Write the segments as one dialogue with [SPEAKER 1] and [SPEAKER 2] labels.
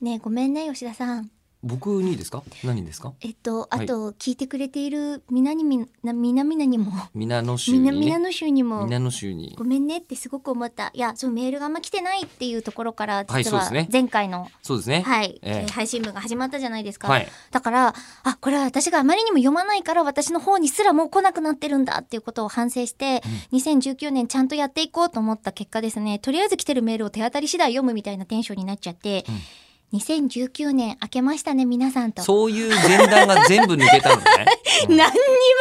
[SPEAKER 1] ねえごめんね吉田さん
[SPEAKER 2] 僕にですか何にですか
[SPEAKER 1] えっとあ
[SPEAKER 2] はい
[SPEAKER 1] と聞いてくれている南みな南々にも
[SPEAKER 2] 皆の州に
[SPEAKER 1] 南
[SPEAKER 2] ね
[SPEAKER 1] 々の州にも
[SPEAKER 2] 皆の州に
[SPEAKER 1] ごめんねってすごく思ったいやそのメールがあんま来てないっていうところから
[SPEAKER 2] はい
[SPEAKER 1] 実
[SPEAKER 2] そうで
[SPEAKER 1] は
[SPEAKER 2] すね
[SPEAKER 1] 前回の
[SPEAKER 2] そうですね
[SPEAKER 1] はい、
[SPEAKER 2] ええ
[SPEAKER 1] えー配信分が始まったじゃないですか、
[SPEAKER 2] はい
[SPEAKER 1] だからあこれは私があまりにも読まないから私の方にすらもう来なくなってるんだっていうことを反省して、2019年ちゃんとやっていこうと思った結果ですねとりあえず来てるメールを手当たり次第読むみたいなテンションになっちゃって、2019年明けましたね皆さんと。
[SPEAKER 2] そういう前段が全部抜けたのね
[SPEAKER 1] 何に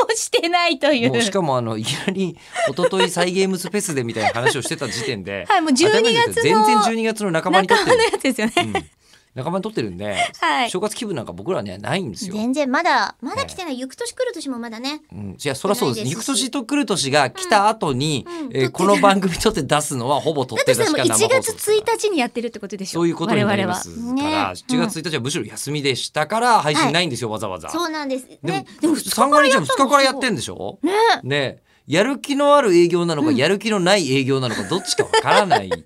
[SPEAKER 1] もしてないと いう。
[SPEAKER 2] もうしかもあのいきなり一昨日サイ・ゲームスフェスでみたいな話をしてた時点で
[SPEAKER 1] はいもう12月の
[SPEAKER 2] 頭に入れて全然12月の仲間にとっ
[SPEAKER 1] 仲
[SPEAKER 2] て
[SPEAKER 1] 間
[SPEAKER 2] る
[SPEAKER 1] のやつですよね。
[SPEAKER 2] うん仲間にとってるんで、
[SPEAKER 1] はい
[SPEAKER 2] 正月気分なんか僕らにはないんですよ。
[SPEAKER 1] 全然まだまだ来てない、行く年来る年もまだね
[SPEAKER 2] うん、いやそりゃそうです
[SPEAKER 1] ないで
[SPEAKER 2] 行
[SPEAKER 1] す
[SPEAKER 2] く
[SPEAKER 1] し
[SPEAKER 2] 年と来る年が来た後に、
[SPEAKER 1] うんうん
[SPEAKER 2] え
[SPEAKER 1] 撮って
[SPEAKER 2] ー
[SPEAKER 1] た
[SPEAKER 2] この番組とって出すのはほぼ取
[SPEAKER 1] だ
[SPEAKER 2] っ
[SPEAKER 1] とし
[SPEAKER 2] て
[SPEAKER 1] て
[SPEAKER 2] 出し
[SPEAKER 1] も
[SPEAKER 2] か
[SPEAKER 1] 1
[SPEAKER 2] 生放送
[SPEAKER 1] 月
[SPEAKER 2] ですから
[SPEAKER 1] 1日にやってるってことでしょ
[SPEAKER 2] そういうことになります
[SPEAKER 1] 我
[SPEAKER 2] から、
[SPEAKER 1] 々はね
[SPEAKER 2] 7月1日はむしろ休みでしたから配信ないんですよ、わざわざ。
[SPEAKER 1] そうなんです。
[SPEAKER 2] でも
[SPEAKER 1] ね、でも
[SPEAKER 2] 三が日も2日からやって
[SPEAKER 1] ん
[SPEAKER 2] んでしょ
[SPEAKER 1] ね。
[SPEAKER 2] ねやる気のある営業なのか、やる気のない営業なのかどっちかわからないっていう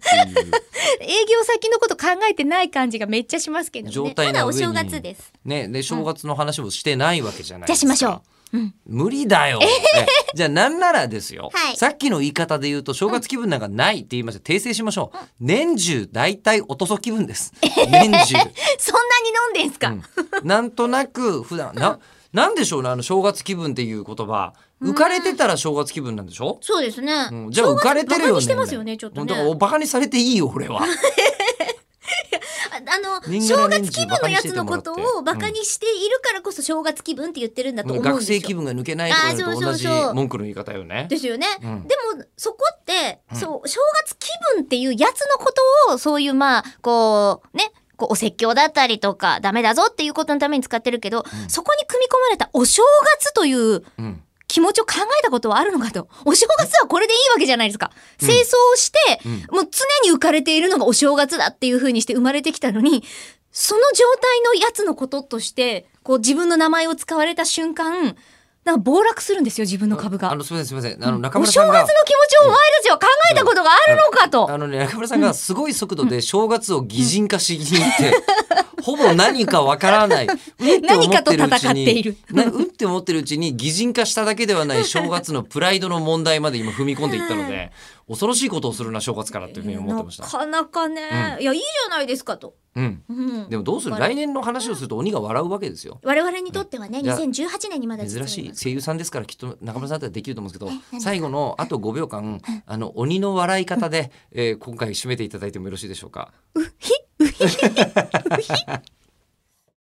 [SPEAKER 1] 営業先のこと考えてない感じがめっちゃしますけどね。
[SPEAKER 2] 状態
[SPEAKER 1] まだ
[SPEAKER 2] の
[SPEAKER 1] お
[SPEAKER 2] 上に
[SPEAKER 1] 正月です。
[SPEAKER 2] ねで正月の話もしてないわけじゃない
[SPEAKER 1] じゃ
[SPEAKER 2] で
[SPEAKER 1] あ
[SPEAKER 2] すか。
[SPEAKER 1] しましょう。うん。
[SPEAKER 2] 無理だよ。えじゃあなんならですよ、
[SPEAKER 1] はい
[SPEAKER 2] さっきの言い方で言うと正月気分なんかないって言いました訂正しましょう。年中大体おとそ気分です。年中。
[SPEAKER 1] そんなに飲んでんすか、
[SPEAKER 2] うんなんとなく普段ななんでしょうねあの正月気分っていう言葉浮かれてたら正月気分なんでしょ、
[SPEAKER 1] そうですね。
[SPEAKER 2] うんじゃあ浮かれてるよ
[SPEAKER 1] 正月バカ
[SPEAKER 2] ね。
[SPEAKER 1] にしてますよねちょっとね
[SPEAKER 2] だからバカにされていいよ俺は。
[SPEAKER 1] ああの、
[SPEAKER 2] 年
[SPEAKER 1] 正
[SPEAKER 2] がら年
[SPEAKER 1] 月
[SPEAKER 2] 中
[SPEAKER 1] 気分のやつのことをバ
[SPEAKER 2] バ
[SPEAKER 1] カ
[SPEAKER 2] カ
[SPEAKER 1] にしているからこそ正月気分って言ってるんだと思うんですよ。
[SPEAKER 2] 学生気分が抜けないとかいうのと同じ
[SPEAKER 1] あーそうそうそう
[SPEAKER 2] 文句の言い方よね。
[SPEAKER 1] ですよね、
[SPEAKER 2] うん
[SPEAKER 1] でもそこって、そう正月気分っていうやつのことをそういうまあこうねこうお説教だったりとかダメだぞっていうことのために使ってるけど、そこに組み込まれたお正月という
[SPEAKER 2] うん
[SPEAKER 1] 気持ちを考えたことはあるのかとお正月はこれでいいわけじゃないですか、清掃して、
[SPEAKER 2] うん
[SPEAKER 1] もう常に浮かれているのがお正月だっていう風にして生まれてきたのにその状態のやつのこととしてこう自分の名前を使われた瞬間なんか暴落するんですよ自分の株が
[SPEAKER 2] あ。のすみませんすみませんあの中
[SPEAKER 1] お
[SPEAKER 2] 村
[SPEAKER 1] 正
[SPEAKER 2] さ
[SPEAKER 1] 月
[SPEAKER 2] ん
[SPEAKER 1] の
[SPEAKER 2] が
[SPEAKER 1] 気持ちをお前たちは考えたことがあるのかと。
[SPEAKER 2] あのね中村さんがすごい速度で正月を擬人化しに行って、ほぼ何かわからないうんって思ってるう
[SPEAKER 1] 何かと戦
[SPEAKER 2] ち
[SPEAKER 1] ってい
[SPEAKER 2] に
[SPEAKER 1] る
[SPEAKER 2] なうんって思ってるうちに擬人化しただけではない正月のプライドの問題まで今踏み込んでいったので恐ろしいことをするな正月からっていうふうに思ってました
[SPEAKER 1] な。かなかね、いやいいじゃないですかと。
[SPEAKER 2] うん、
[SPEAKER 1] うん
[SPEAKER 2] でもどうする来年の話をすると鬼が笑うわけですよ。
[SPEAKER 1] 我々にとってはね、
[SPEAKER 2] じゃあ
[SPEAKER 1] 2018年にまだ実は
[SPEAKER 2] 珍しい声優さんですからきっと中村さんだったらできると思うんですけど
[SPEAKER 1] 何
[SPEAKER 2] 最後のあと5秒間あの鬼の笑い方で、えー今回締めていただいてもよろしいでしょうか。
[SPEAKER 1] うひうひうひ